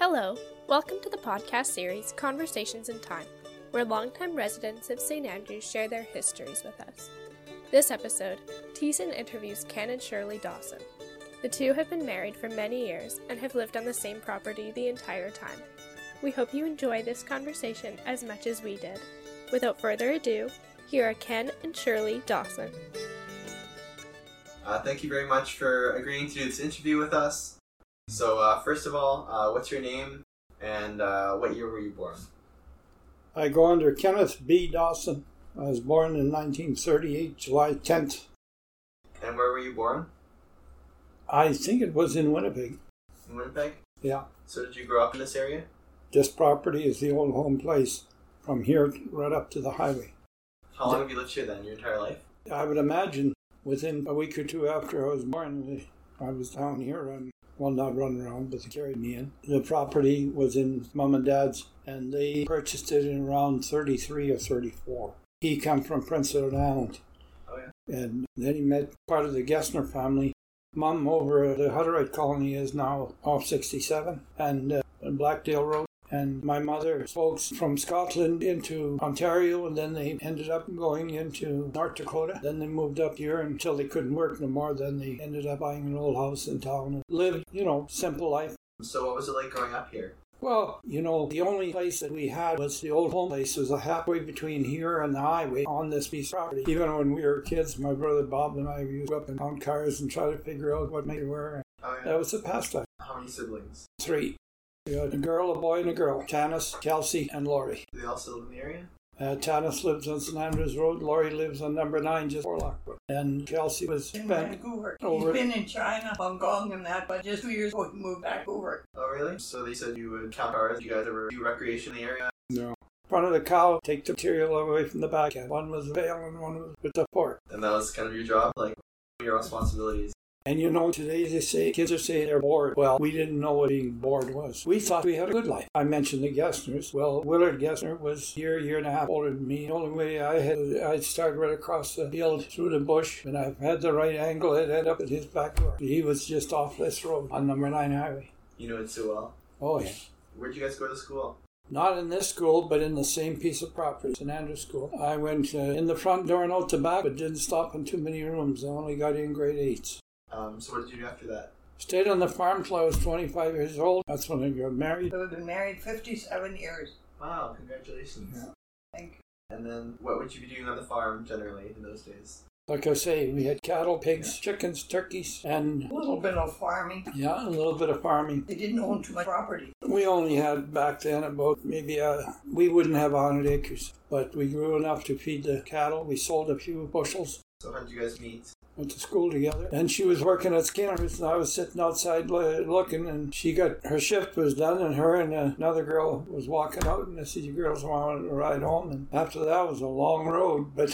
Hello, welcome to the podcast series Conversations in Time, where longtime residents of St. Andrews share their histories with us. This episode, Teason interviews Ken and Shirley Dawson. The two have been married for many years and have lived on the same property the entire time. We hope you enjoy this conversation as much as we did. Without further ado, here are Ken and Shirley Dawson. Uh, thank you very much for agreeing to do this interview with us. So, uh, first of all, uh, what's your name and uh, what year were you born? I go under Kenneth B. Dawson. I was born in 1938, July 10th. And where were you born? I think it was in Winnipeg. In Winnipeg? Yeah, So, did you grow up in this area? this property is the old home place from here right up to the highway. How long have you lived here then? Your entire life? I would imagine within a week or two after I was born, I was down here and, well, not running around, but they carried me in. The property was in mom and dad's, and they purchased it in around 33 or 34. He come from Prince Edward Island. Oh, yeah. and then he met part of the Gessner family. Mom over at the Hutterite colony is now off 67 and uh, on Blackdale Road. And my mother's folks from Scotland into Ontario, and then they ended up going into North Dakota. Then they moved up here until they couldn't work no more. Then they ended up buying an old house in town and lived, you know, simple life. So, what was it like growing up here? Well, you know, the only place that we had was the old home place. It was halfway between here and the highway on this piece of property. Even when we were kids, my brother Bob and I used to go up and on cars and try to figure out what made it where. Oh, yeah. That was the pastime. How many siblings? Three. We had a girl, a boy, and a girl. Tanis, Kelsey, and Laurie. Do they all still live in the area? Uh, Tanis lives on St. Andrews Road. Laurie lives on number nine, just before Lockwood. And Kelsey was in spent. Vancouver. Over. He's been in China, Hong Kong, and that, but just two years ago he moved back over. Oh, really? So, they said you would count cars. Did you guys ever do recreation in the area? No. Front of the cow, take the material away from the back end. One was a veil and one was with the fork. And that was kind of your job, like your responsibilities. And you know, today they say kids are saying they're bored. Well, we didn't know what being bored was. We thought we had a good life. I mentioned the Gessners. Well, Willard Gessner was a year, year and a half older than me. The only way I had, I started right across the field through the bush, and I had the right angle. It ended up at his back door. He was just off this road on number nine highway. You knew it so well. Oh yeah. Where'd you guys go to school? Not in this school, but in the same piece of property, St. Andrew School. I went uh, in the front door and out the back, but didn't stop in too many rooms. I only got in grade eights. Um, so, what did you do after that? Stayed on the farm till I was 25 years old. That's when I got married. So we've been married 57 years. Wow, congratulations. Yeah. Thank you. And then, what would you be doing on the farm generally in those days? Like I say, we had cattle, pigs, chickens, turkeys, and A little bit of farming. yeah, a little bit of farming. They didn't own too much property. We only had back then about maybe uh we wouldn't have 100 acres, but we grew enough to feed the cattle. We sold a few bushels. So, how did you guys meet? Went to school together, and she was working at Skinner's, and I was sitting outside lo- looking. And she got her shift was done, and her and uh, another girl was walking out, and I said, "You girls wanted to ride home?" And after that was a long road, but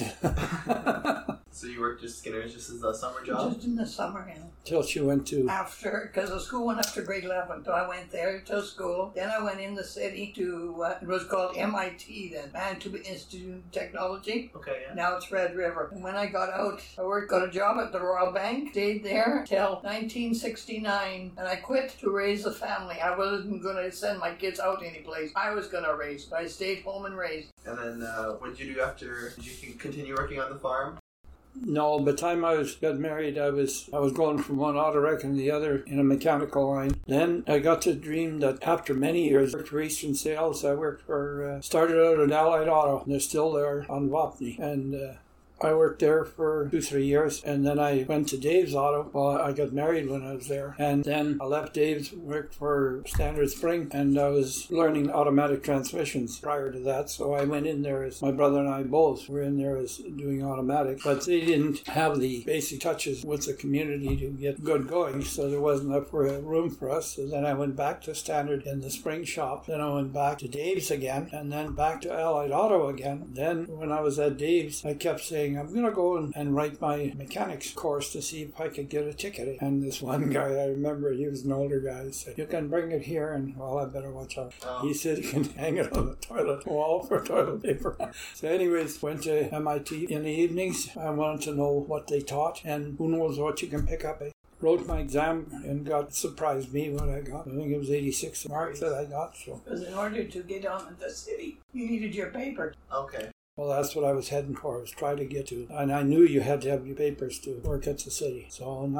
So you worked at Skinner's just as a summer job? Just in the summer, you know. till she went to After, because the school went up to grade 11, so I went there to school. Then I went in the city to, uh, it was called MIT then, Manitoba Institute of Technology. Okay, yeah. Now it's Red River. And when I got out, I worked, got a job at the Royal Bank, stayed there till 1969, and I quit to raise a family. I wasn't going to send my kids out anyplace. I was going to raise, so I stayed home and raised. And then uh, what did you do after? Did you con- continue working on the farm? no. By the time I was got married, I was I was going from one auto wreck and the other in a mechanical line. Then I got to dream that after many years, I worked for Eastern Sales. I worked for uh, started out at Allied Auto. And they're still there on Wapney, and uh, I worked there for two, three years, and then I went to Dave's Auto. Well, I got married when I was there, and then I left Dave's, worked for Standard Spring, and I was learning automatic transmissions prior to that. So I went in there as my brother and I both were in there as doing automatic, but they didn't have the basic touches with the community to get good going, so there wasn't enough for- room for us. So then I went back to Standard in the spring shop, then I went back to Dave's again, and then back to Allied Auto again. Then when I was at Dave's, I kept saying, I'm going to go and, and write my mechanics course to see if I could get a ticket. And this one guy, I remember, he was an older guy, he said, You can bring it here, and well, I better watch out. Oh. He said, You can hang it on the toilet wall for toilet paper. so, anyways, went to MIT in the evenings. I wanted to know what they taught, and who knows what you can pick up. eh? wrote my exam and got surprised me what I got. I think it was 86 marks that I got. So, Because in order to get on with the city, you needed your paper. Okay. well, that's what I was heading for. Was try to get to, and I knew you had to have your papers to work at the city. So, in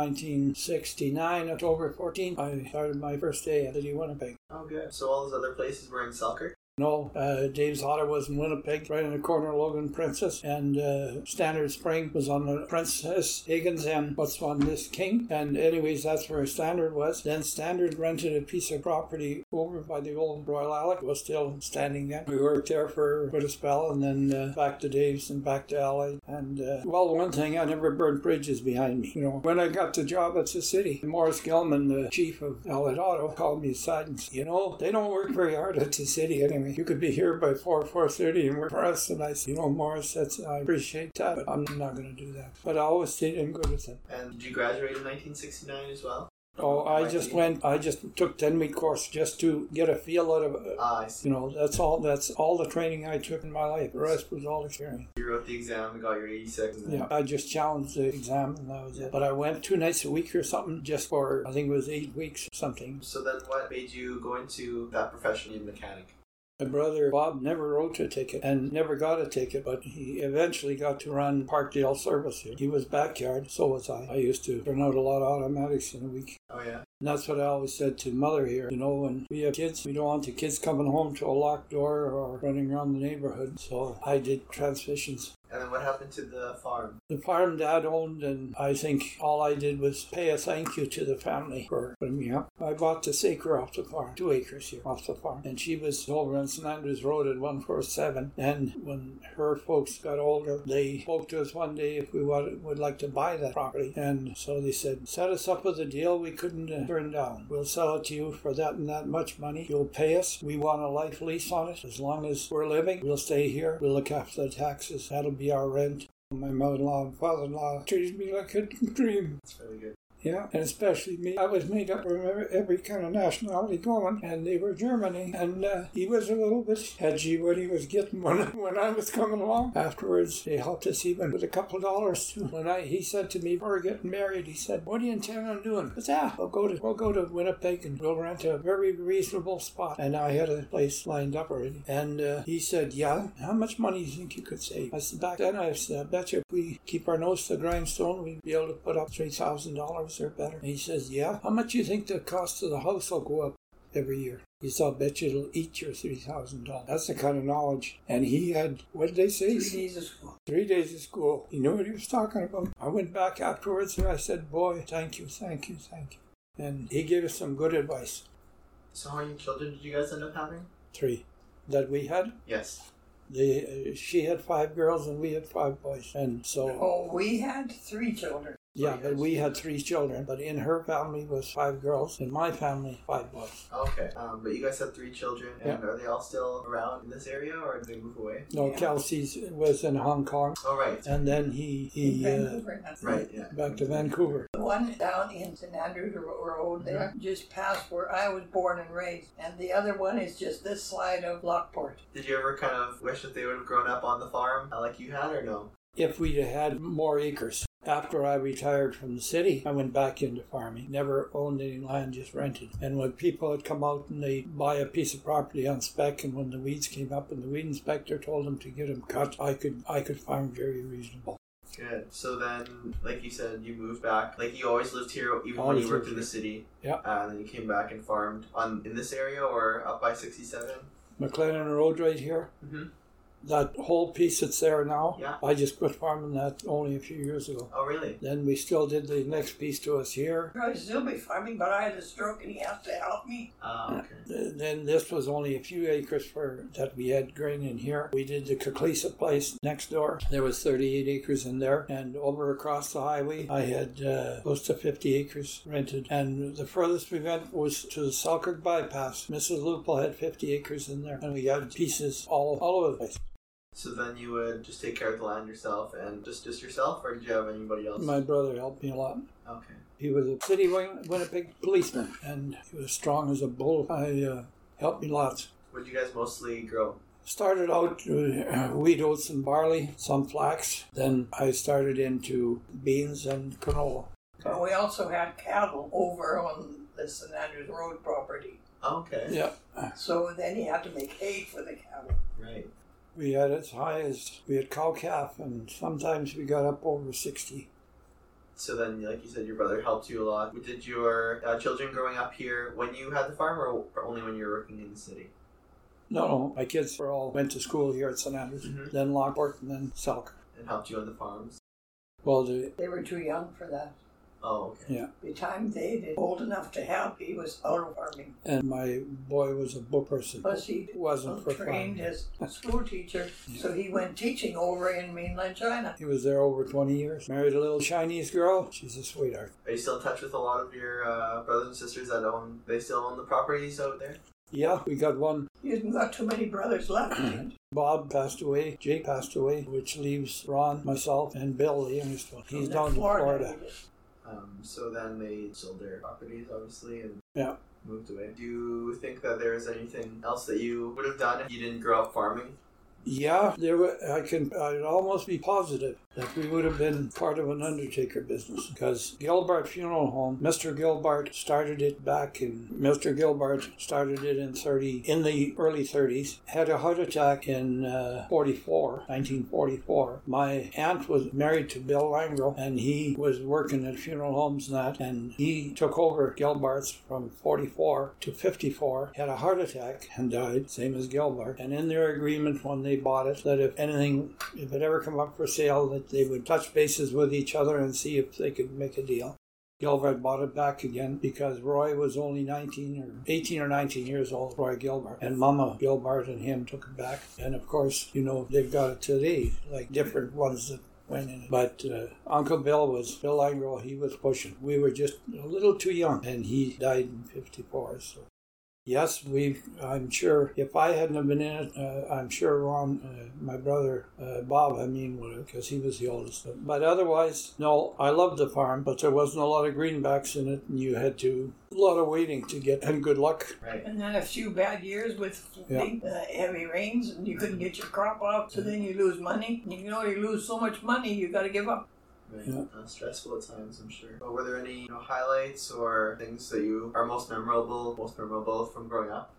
1969, October 14th, I started my first day at City Winnipeg. Oh, good. So all those other places were in Selkirk? No, uh, Dave's Auto was in Winnipeg, right in the corner of Logan Princess, and uh, Standard Spring was on the Princess Higgins and what's on this King. And anyways, that's where Standard was. Then Standard rented a piece of property over by the old Royal Alec, was still standing then. We worked there for quite a spell, and then uh, back to Dave's and back to Alley. And uh, well, one thing I never burned bridges behind me. You know, when I got the job at the city, Morris Gilman, the chief of Allied Auto, called me aside and said, "You know, they don't work very hard at the city anyway. You could be here by four, four thirty, and work for us." And I said, "You know, Morris, that's I appreciate that, but I'm not going to do that." But I always stayed in good with them. And did you graduate in 1969 as well? Oh, I just Right. went. I just took ten week course just to get a feel out of. Uh, Ah, I see. you know, that's all. That's all the training I took in my life. The rest was all experience. You wrote the exam and got your 86. and then- Yeah, I just challenged the exam and that was it. But I went two nights a week or something just for, I think it was eight weeks or something. So then what made you go into that profession in mechanic? My brother Bob never wrote a ticket and never got a ticket, but he eventually got to run Parkdale service here. He was backyard, so was I. I used to turn out a lot of automatics in a week. Oh, yeah. And that's what I always said to mother here. You know, when we have kids, we don't want the kids coming home to a locked door or running around the neighborhood. So I did transmissions. And then what happened to the farm? The farm dad owned, and I think all I did was pay a thank you to the family for putting me up. I bought this acre off the farm, two acres here off the farm, and she was over on St. Andrews Road at 147. And when her folks got older, they spoke to us one day if we wanted, would like to buy that property. And so they said, Set us up with a deal we couldn't uh, turn down. We'll sell it to you for that and that much money. You'll pay us. We want a life lease on it. As long as we're living, we'll stay here. We'll look after the taxes. That'll be our rent. My mother in law and father in law treated me like a dream. It's really good. Yeah, and especially me. I was made up from every- every kind of nationality going, and they were Germany. And uh, he was a little bit hedgy what he was getting when, when I was coming along. Afterwards, they helped us even with a couple of dollars too. When I he said to me, "We're getting married," he said, "What do you intend on doing?" I said, "Ah, we'll go to we'll go to Winnipeg and we'll rent a very reasonable spot." And I had a place lined up already. And uh, he said, "Yeah, how much money do you think you could save?" I said, "Back then, I said, I bet you if we keep our nose to the grindstone, we'd be able to put up three thousand dollars or better." And he says, "Yeah, how much do you think the cost of the house will go up?" every year. He said, I'll bet you it'll eat your $3,000. That's the kind of knowledge. And he had, what did they say? Three days of school. Three days of school. He knew what he was talking about. I went back afterwards and I said, Boy, thank you, thank you, thank you. And he gave us some good advice. So how many children did you guys end up having? Three that we had. Yes. The, uh, she had five girls and we had five boys. And so, Oh, we had three children. yeah, but we had three children. But in her family was five girls. In my family, five boys. Okay. Um, but you guys have three children, and are they all still around in this area, or did they move away? No, Yeah. Kelsey's was in Hong Kong. Oh, right. And then he, he uh, Vancouver. that's Right, yeah. back to Vancouver. The one down in St. Andrews Ro- Road there, just past where I was born and raised. And the other one is just this side of Lockport. Did you ever kind of wish that they would have grown up on the farm uh, like you had, or no? if we'd have had more acres. After I retired from the city, I went back into farming. Never owned any land, just rented. And when people would come out and they buy a piece of property on spec, and when the weeds came up, and the weed inspector told them to get them cut, I could I could farm very reasonable. Good. So then, like you said, you moved back. Like you always lived here, even when Always you worked lived in the here. city. Yeah. Uh, and then you came back and farmed on in this area or up by sixty-seven. McLennan Road right here, Mhm. that whole piece that's there now, Yeah. I just quit farming that only a few years ago. Oh, really? Then we still did the next piece to us here. Probably still be farming, but I had a stroke and he has to help me. Uh, okay. Then this was only a few acres for that we had grain in here. We did the Kaklisa place next door. There was 38 acres in there, and over across the highway, I had uh, close to 50 acres rented. And the furthest we went was to the Selkirk bypass. Mrs. Lupel had 50 acres in there, and we had pieces all all over the place. So then you would just take care of the land yourself and just just yourself, or did you have anybody else? My brother helped me a lot. Okay. He was a city Win- Winnipeg policeman, and he was strong as a bull. I uh, helped me lots. What did you guys mostly grow? Started out with wheat, oats, and barley, some flax. Then I started into beans and canola. But we also had cattle over on the St. Andrews Road property. Okay. Yeah, So then he had to make hay for the cattle. Right. we had as high as we had cow calf, and sometimes we got up over 60. So then, like you said, your brother helped you a lot. Did your uh, children growing up here when you had the farm, or only when you were working in the city? No, no, my kids were all went to school here at St. Andrews, Mm-hmm. Mhm. then Lockport, and then Selk. And helped you on the farms? Well, the, They were too young for that. Oh, okay. yeah, By the time they did old enough to help, he was out of farming. and my boy was a book person. Plus, he Wasn't for trained fun. as a school teacher, so he went teaching over in mainland China. He was there over 20 years. Married a little Chinese girl. She's a sweetheart. Are you still in touch with a lot of your uh, brothers and sisters that own? They still own the properties out there. Yeah, we got one He hasn't got too many brothers left. Bob passed away, Jake passed away, which leaves Ron, myself, and Bill, the youngest one. He's down in Florida. Um, so then they sold their properties, obviously, and Yeah. moved away. Do you think that there is anything else that you would have done if you didn't grow up farming? Yeah, there were, I can I'd almost be positive that we would have been part of an undertaker business because Gilbart Funeral Home, Mr. Gilbart started it back in Mr. Gilbart started it in 30 in the early 30s, had a heart attack in uh, 44, 1944. My aunt was married to Bill Langrell and he was working at funeral homes and that and he took over Gilbart's from 44 to 54, had a heart attack and died, same as Gilbart. And in their agreement when they bought it, that if anything, if it ever come up for sale, that they would touch bases with each other and see if they could make a deal. Gilbert bought it back again because Roy was only 19 or 18 or 19 years old, Roy Gilbert. And Mama Gilbert and him took it back. And of course, you know, they've got it today, like different ones that went in. But uh, Uncle Bill was, Bill Langrell, he was pushing. We were just a little too young. And he died in 54. So, yes, we, I'm sure, if I hadn't have been in it, uh, I'm sure Ron, uh, my brother, uh, Bob, I mean, would have, because he was the oldest. But, but otherwise, no, I loved the farm, but there wasn't a lot of greenbacks in it. And you had to, a lot of waiting to get, and good luck. Right. And then a few bad years with Yeah. big, uh, heavy rains, and you couldn't get your crop off, so then you lose money. And You know, you lose so much money, you got to give up. Right. Yeah. Uh, stressful at times, I'm sure. But were there any you know, highlights or things that you are most memorable, most memorable from growing up?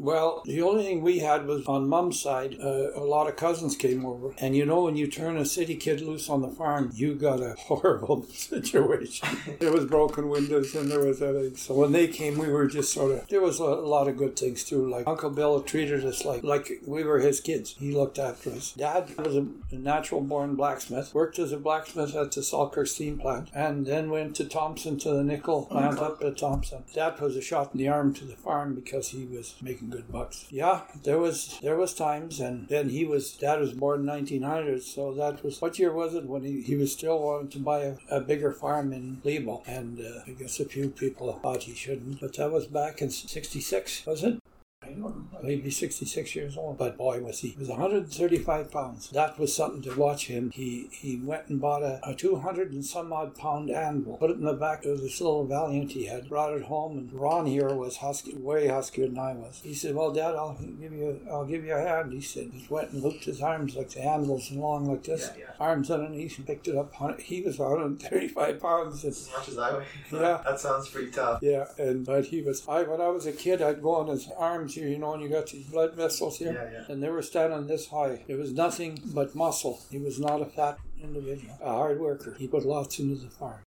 Well, the only thing we had was on Mum's side, uh, a lot of cousins came over. And you know, when you turn a city kid loose on the farm, you got a horrible situation. there was broken windows and there was everything. So when they came, we were just sort of, there was a lot of good things too. Like Uncle Bill treated us like, like we were his kids. He looked after us. Dad was a natural born blacksmith, worked as a blacksmith at the Salkirk steam plant, and then went to Thompson to the nickel plant up at Thompson. That was a shot in the arm to the farm because he was making good bucks. Yeah, there was there was times, and then he was dad was born in 1900, so that was what year was it when he, he was still wanting to buy a, a bigger farm in Liebel, and uh, I guess a few people thought he shouldn't, but that was back in '66, was it? I don't know. Well, he'd be 66 years old, but boy, was he. He was 135 pounds. That was something to watch him. He he went and bought a, a 200 and some odd pound anvil, put it in the back of this little Valiant he had, brought it home, and Ron here was husky, way huskier than I was. He said, well, Dad, I'll give you I'll give you a hand. He said, he went and looped his arms like the anvil's long like this, Yeah, yeah. arms underneath, and picked it up. Hun- He was 135 pounds. and As much as I weigh. Yeah. that sounds pretty tough. yeah, and but he was. I when I was a kid, I'd go on his arms here, you know, and you got these blood vessels here, Yeah, yeah. and they were standing this high. There was nothing but muscle. He was not a fat individual, a hard worker. He put lots into the farm.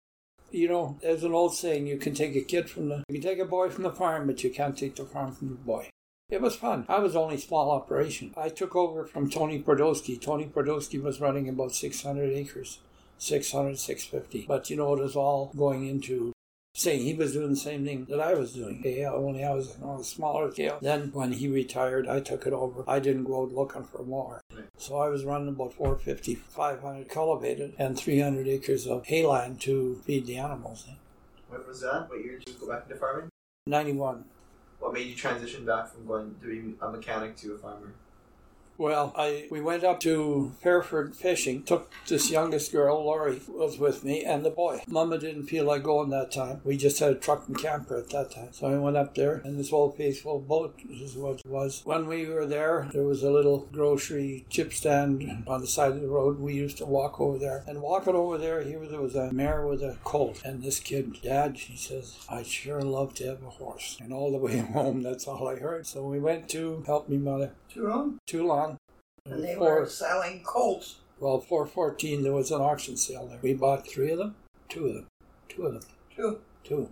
You know, there's an old saying: you can take a kid from the, you can take a boy from the farm, but you can't take the farm from the boy. It was fun. I was only small operation. I took over from Tony Podolsky. Tony Podolsky was running about 600 acres, 600, 650. But you know, it was all going into saying he was doing the same thing that I was doing. Yeah, only I was on a smaller scale. Then when he retired, I took it over. I didn't go out looking for more. So I was running about 450, 500 cultivated and 300 acres of hayline to feed the animals. What was that? What year did you go back into farming? 91. What made you transition back from going to be a mechanic to a farmer? Well, I we went up to Hereford fishing. Took this youngest girl, Laurie, was with me, and the boy. Mama didn't feel like going that time. We just had a truck and camper at that time, so I went up there. And this old peaceful boat is what it was. When we were there, there was a little grocery chip stand on the side of the road. We used to walk over there, and walking over there, here there was a mare with a colt, and this kid, Dad, she says, "I sure love to have a horse." And all the way home, that's all I heard. So we went to help me, mother. Toulon, Toulon. and they Four- were selling colts. well, four fourteen. There was an auction sale there. We bought three of them, two of them, two of them, Two. two.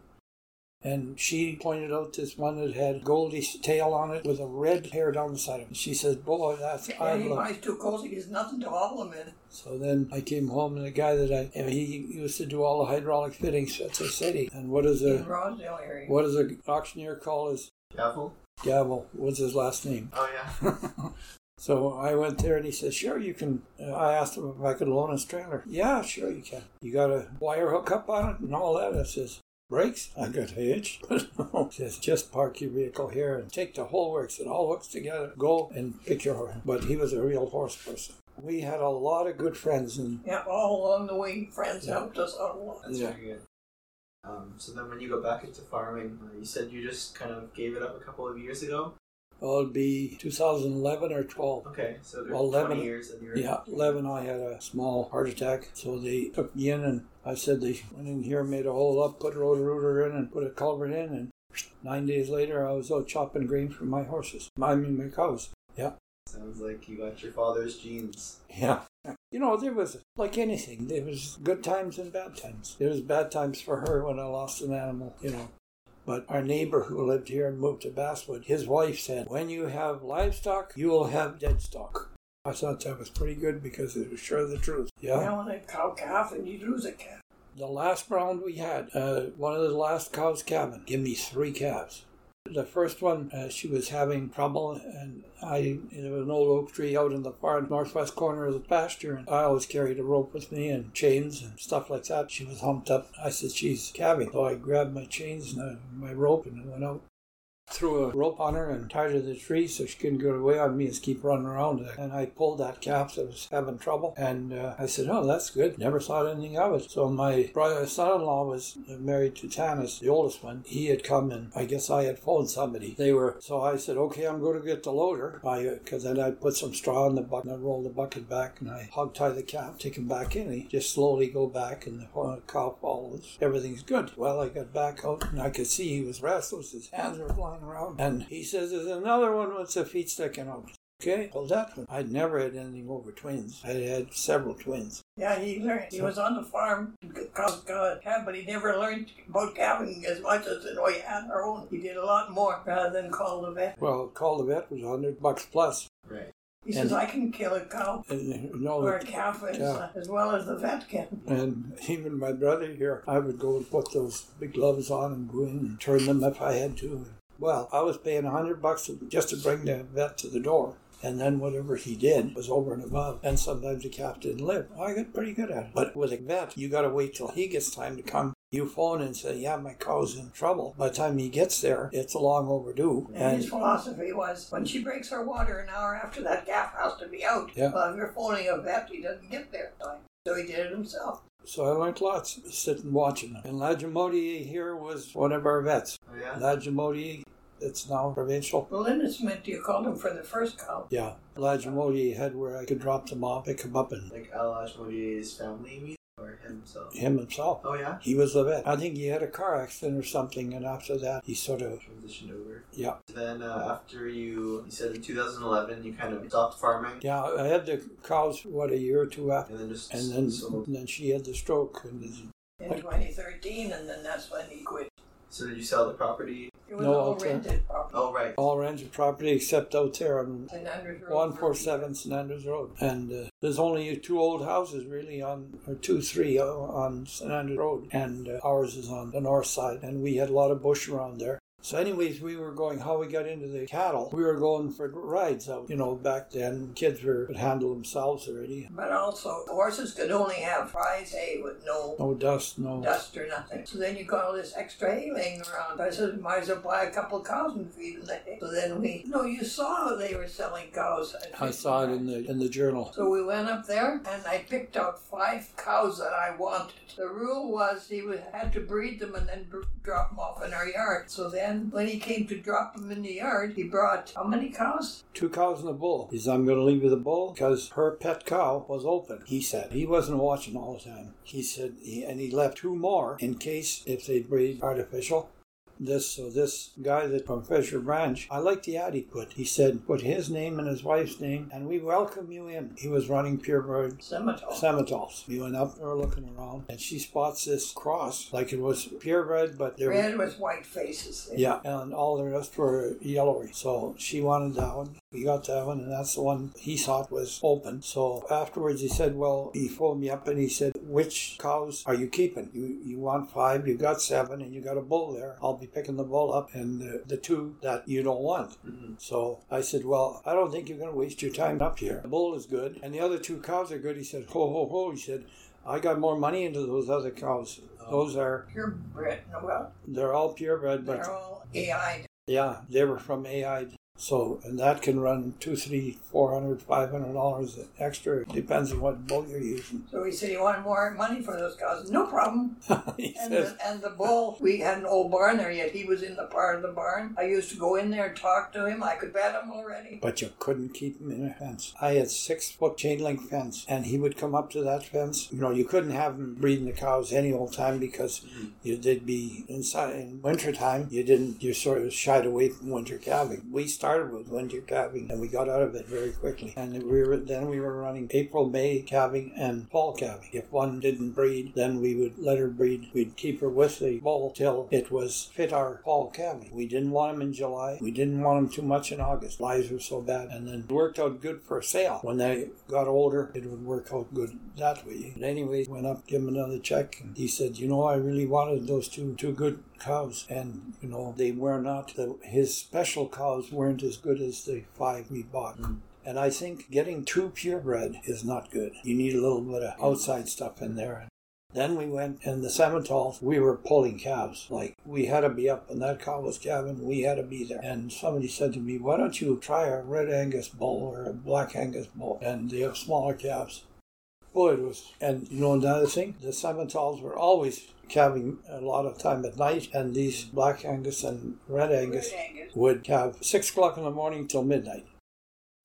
And she pointed out this one that had Goldie's tail on it with a red hair down the side of it. She says, "Boy, that's I Any love." nice two colts, there's nothing to haul them in. So then I came home, and the guy that I and he used to do all the hydraulic fittings at the city. And what is In a Rosdale area. what does an auctioneer call his Gavel? gavel? What's his last name? Oh, yeah. So I went there and he said, Sure, you can. Uh, I asked him if I could loan his trailer. Yeah, sure, you can. You got a wire hook up on it and all that. I says, Brakes? I got a hitch. he says, Just park your vehicle here and take the whole works. It all works together. Go and pick your horse. But he was a real horse person. We had a lot of good friends and Yeah, all along the way, friends Yeah. helped us out a lot. That's Yeah. pretty good. Um, so then when you go back into farming, uh, you said you just kind of gave it up a couple of years ago? oh, it'd be 2011 or 12. Okay, so there's Well, 20 eleven- years and you're... Yeah, 11, I had a small heart attack. So they took me in and I said they went in here, made a hole up, put a road rooter in and put a culvert in. And nine days later, I was out chopping grain for my horses. I mean, my cows. Yeah, Sounds like you got your father's genes. yeah. You know, there was, like anything, there was good times and bad times. There was bad times for her when I lost an animal, you know. But our neighbor who lived here and moved to Basswood, his wife said, when you have livestock, you will have dead stock. I thought that was pretty good because it was sure the truth. Yeah. Now when a cow calf and you lose a calf. The last round we had, uh, one of the last cows calving, give me three calves. The first one, uh, she was having trouble, and I there was an old oak tree out in the far northwest corner of the pasture, and I always carried a rope with me and chains and stuff like that. She was humped up. I said she's calving, so I grabbed my chains and uh, my rope and went out. Threw a rope on her and tied her to the tree so she couldn't get away on me and keep running around. And I pulled that calf that was having trouble. And uh, I said, Oh, that's good. Never thought anything of it. So my brother son in law was married to Tanis, the oldest one. He had come and I guess I had phoned somebody. They were, so I said, Okay, I'm going to get the loader. Because then I put some straw in the bucket and I rolled the bucket back and I hog tie the calf, take him back in. He just slowly go back and the uh, cow follows. Everything's good. Well, I got back out and I could see he was restless. His hands were flying around. And he says, There's another one with the feet sticking out. Okay, well, that one. I'd never had anything over twins. I had several twins. Yeah, he learned. He was on the farm, cows cow, calf, but he never learned about calving as much as you know, he had our own. He did a lot more rather than call the vet. Well, call the vet was 100 bucks plus. Right. He says, And- I can kill a cow And, you know, or a calf as, Yeah. as well as the vet can. And even my brother here, I would go and put those big gloves on and go in and turn them if I had to. Well, I was paying a hundred bucks just to bring the vet to the door. And then whatever he did was over and above. And sometimes the calf didn't live. I got pretty good at it. But with a vet, you got to wait till he gets time to come. You phone and say, yeah, my cow's in trouble. By the time he gets there, it's long overdue. And, his philosophy was when she breaks her water an hour after that calf has to be out. Yeah. Well, if you're phoning a vet, he doesn't get there in time. So he did it himself. so I learned lots sitting watching him. And Lajamodi here was one of our vets. Oh, yeah? Lajamodi, it's now provincial. Well, then it's meant you called him for the first cow. Yeah, Elijah Modi had where I could drop them off, pick them up, and Like Alash Modier's family, you mean? Or himself? him himself. Oh, yeah? He was the vet. I think he had a car accident or something, and after that, he sort of, Transitioned over. yeah. Then uh, after you, you said in 2011 you kind of stopped farming Yeah, I had the cows, what, a year or two after. and then just And then, so, and then she had the stroke. And in 2013, and then that's when he quit. so did you sell the property? It was No, all okay. rented property. Oh right. all range of property except out there on And Andrews Road. 147 St. Andrews Road. And uh, there's only two old houses really on, or two, three uh, on St. Andrews Road. And uh, ours is on the north side. And we had a lot of bush around there. So, anyways, we were going how we got into the cattle. We were going for rides out. You know, back then kids were could handle themselves already. But also, horses could only have prize hay with no No dust, no. dust or nothing. So then you got all this extra hay laying around. I said, might as well buy a couple of cows and feed them the hay. So then we, no, you saw they were selling cows. I saw it in the in the journal. So we went up there and I picked out five cows that I wanted. The rule was he would, had to breed them and then br- drop them off in our yard. So then when he came to drop them in the yard, he brought how many cows? Two cows and a bull. He says, I'm going to leave you the bull because her pet cow was open, he said. He wasn't watching all the time. He said, he, and he left two more in case if they breed artificial. This so this guy that from Fisher Branch, I like the ad he put. He said, put his name and his wife's name, and we welcome you in. He was running purebred Semitol. Semitols. We went up, we were looking around, and she spots this cross like it was purebred, but there was Red with white faces. yeah, and all the rest were yellowy. So she wanted that one. We got that one, and that's the one he thought was open. So afterwards, he said, "Well," he phoned me up and he said, "Which cows are you keeping? You you want five? You got seven, and you got a bull there. I'll be picking the bull up, and the, the two that you don't want." Mm-hmm. So I said, "Well, I don't think you're going to waste your time up here. The bull is good, and the other two cows are good." He said, "Ho ho ho!" He said, "I got more money into those other cows. Those are Purebred. Well, they're all purebred, but." they're all AI. Yeah, they were from AI. So, and that can run two, three, four hundred, five hundred dollars extra. Depends on what bull you're using. So he said he wanted more money for those cows. No problem. he And says, the, and the bull, we had an old barn there, yet he was in the part of the barn. I used to go in there and talk to him. I could bet him already. but you couldn't keep him in a fence. I had six foot chain link fence, and he would come up to that fence. You know, you couldn't have him breeding the cows any old time because you, they'd be inside in winter time. You didn't. You sort of shied away from winter calving. We started with winter calving, and we got out of it very quickly. And we were then we were running April, May calving, and fall calving. If one didn't breed, then we would let her breed. We'd keep her with the bull till it was fit our fall calving. We didn't want him in July. We didn't want him too much in August. Lies were so bad, and then it worked out good for sale. When they got older, it would work out good that way. But anyway, went up, give him another check, and he said, "You know, I really wanted those two two good cows, and you know, they were not. The, his special cows weren't as good as the five we bought." Mm. And I think getting too purebred is not good. You need a little bit of outside stuff in there. Then we went in the Semitols. We were pulling calves. Like, we had to be up when that cow was calving. We had to be there. And somebody said to me, Why don't you try a red Angus bull or a black Angus bull? And they have smaller calves. Boy, it was. And you know another thing? The Semitols were always calving a lot of time at night. And these black Angus and red Angus Red Angus. would calve 6 o'clock in the morning till midnight.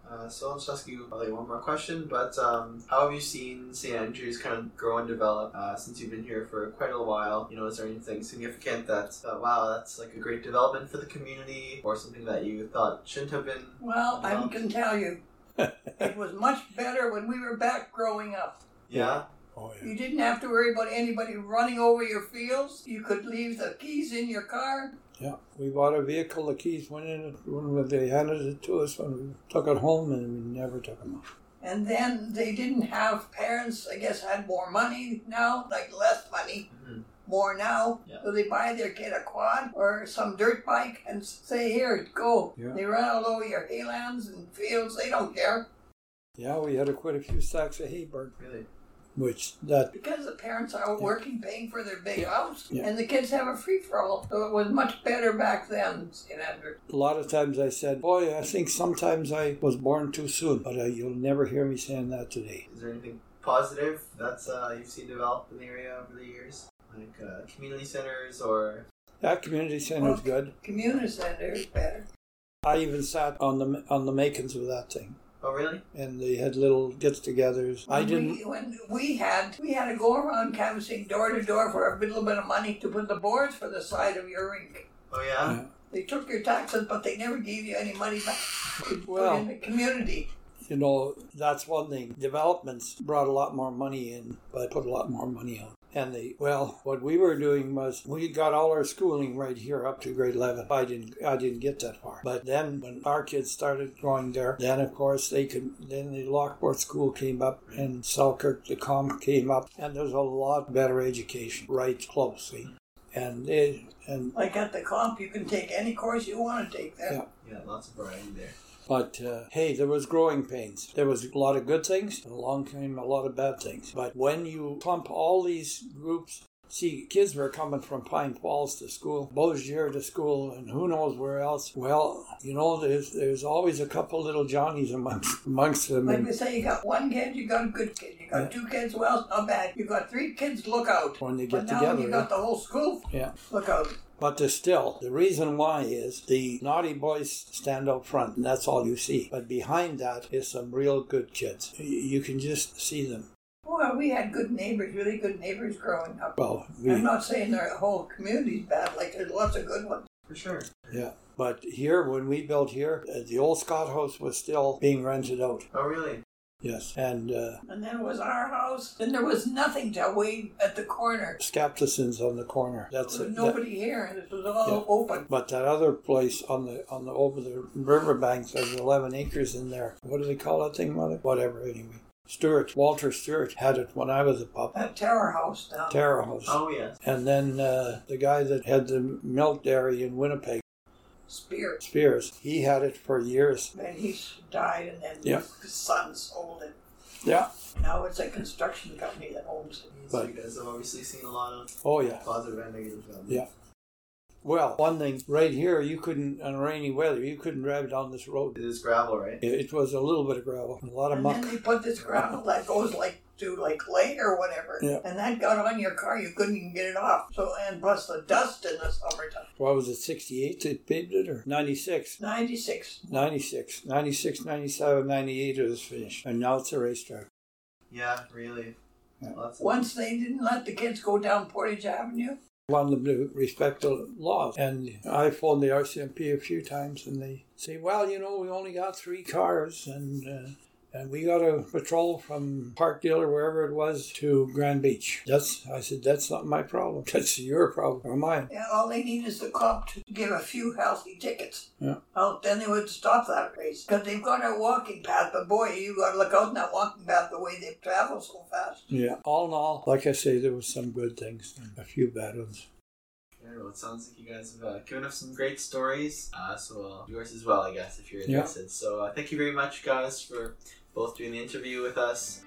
Uh, so I'll just ask you probably one more question, but um, how have you seen St. Andrews kind of grow and develop uh, since you've been here for quite a while? You know, is there anything significant that uh, wow, that's like a great development for the community, or something that you thought shouldn't have been? Well, I can tell you, it was much better when we were back growing up. Yeah. Oh, You didn't have to worry about anybody running over your fields. You could leave the keys in your car. Yeah, we bought a vehicle. The keys went in it when they handed it to us when we took it home, and we never took them off. And then they didn't have parents, I guess, had more money now, like less money. Mm-hmm. Mhm. more now. Yeah. So they buy their kid a quad or some dirt bike and say, here, go. Yeah. They run all over your haylands and fields. They don't care Yeah, we had a, quite a few stacks of hay burnt, Really. which that because the parents are out Yeah. working, paying for their big house, Yeah. and the kids have a free for all. So it was much better back then in Andrew. a lot of times I said, "Boy, I think sometimes I was born too soon," but uh, you'll never hear me saying that today. Is there anything positive that's uh, you've seen develop in the area over the years, like uh, community centers or? That community center's Okay. good. Community center is better. I even sat on the on the makings of that thing, Oh, really? and they had little gets-togethers. I When didn't. We, when we had we had to go around canvassing door to door for a little bit of money to put the boards for the side of your rink. Oh, yeah. Yeah. They took your taxes, but they never gave you any money back to put Well- in the community. you know, that's one thing. Developments brought a lot more money in, but put a lot more money out. And the well, what we were doing was we got all our schooling right here up to grade eleven. I didn't, I didn't get that far. But then when our kids started going there, then of course they could. Then the Lockport School came up, and Selkirk the Com came up, and there's a lot better education right close. See? and they and Like at the comp, you can take any course you want to take there. Yeah. Yeah, lots of variety there. but uh, hey, there was growing pains. There was a lot of good things, and along came a lot of bad things. But when you clump all these groups. See, kids were coming from Pine Falls to school, Bossier to school, and who knows where else. Well, you know, there's there's always a couple little Johnnies amongst amongst them. Like and- we say, you got one kid, you got a good kid. You got two kids, well, not bad. You got three kids, look out. When they But get now together, you yeah. got the whole school, yeah. look out. But there's still, the reason why is the naughty boys stand out front, and that's all you see. But behind that is some real good kids. Y- You can just see them. Boy, we had good neighbors, really good neighbors growing up. Well, I'm we, not saying their whole community's bad, like there's lots of good ones. For sure. yeah. But here, when we built here, uh, the old Scott house was still being rented out. Oh, really? Yes, and uh, And then it was our house. Then there was nothing till way at the corner. Skaptison's on the corner. That's There was it. nobody here, and it was all Yeah. open. But that other place on the on the over the riverbank, there's eleven acres in there. What do they call that thing, mother? Whatever. Anyway, Stewart Walter Stewart had it when I was a pup. That tower house down. Terra House. Oh, yes. And then uh, the guy that had the milk dairy in Winnipeg, Spear. Spears, he had it for years. Then he died, and then Yeah. his son sold it. Yeah. Now it's a construction company that owns it. So But- you guys have obviously seen a lot of Oh, yeah. positive and negative development. Yeah. Well, one thing right here, you couldn't, on rainy weather, you couldn't drive down this road. It is gravel, right? It, it was a little bit of gravel, a lot of And muck. then they put this gravel that goes like to like lake or whatever, Yeah. and that got on your car. You couldn't even get it off. So and plus the dust in the summertime. What was it, 68 they paved it or 96? Ninety six. 96. 96, 97, 98 it was finished. And now it's a racetrack. Yeah, really. Yeah. Lots of Once they didn't let the kids go down Portage Avenue. want them to respect the laws. And I phoned the RCMP a few times, and they say, "Well, you know, we only got three cars, and uh, and we got a patrol from Parkdale or wherever it was to Grand Beach." That's I said, "That's not my problem. That's your problem or mine." Yeah, all they need is the cop to give a few healthy tickets. Yeah. Oh, then they would stop that race because they've got a walking path. But boy, you got to look out in that walking path the way they travel so fast. Yeah. All in all, like I say, there was some good things, and a few bad ones. Yeah, well, it sounds like you guys have uh, given us some great stories. Uh, so uh, yours as well, I guess, if you're Yeah. interested. So uh, thank you very much, guys, for both doing the interview with us.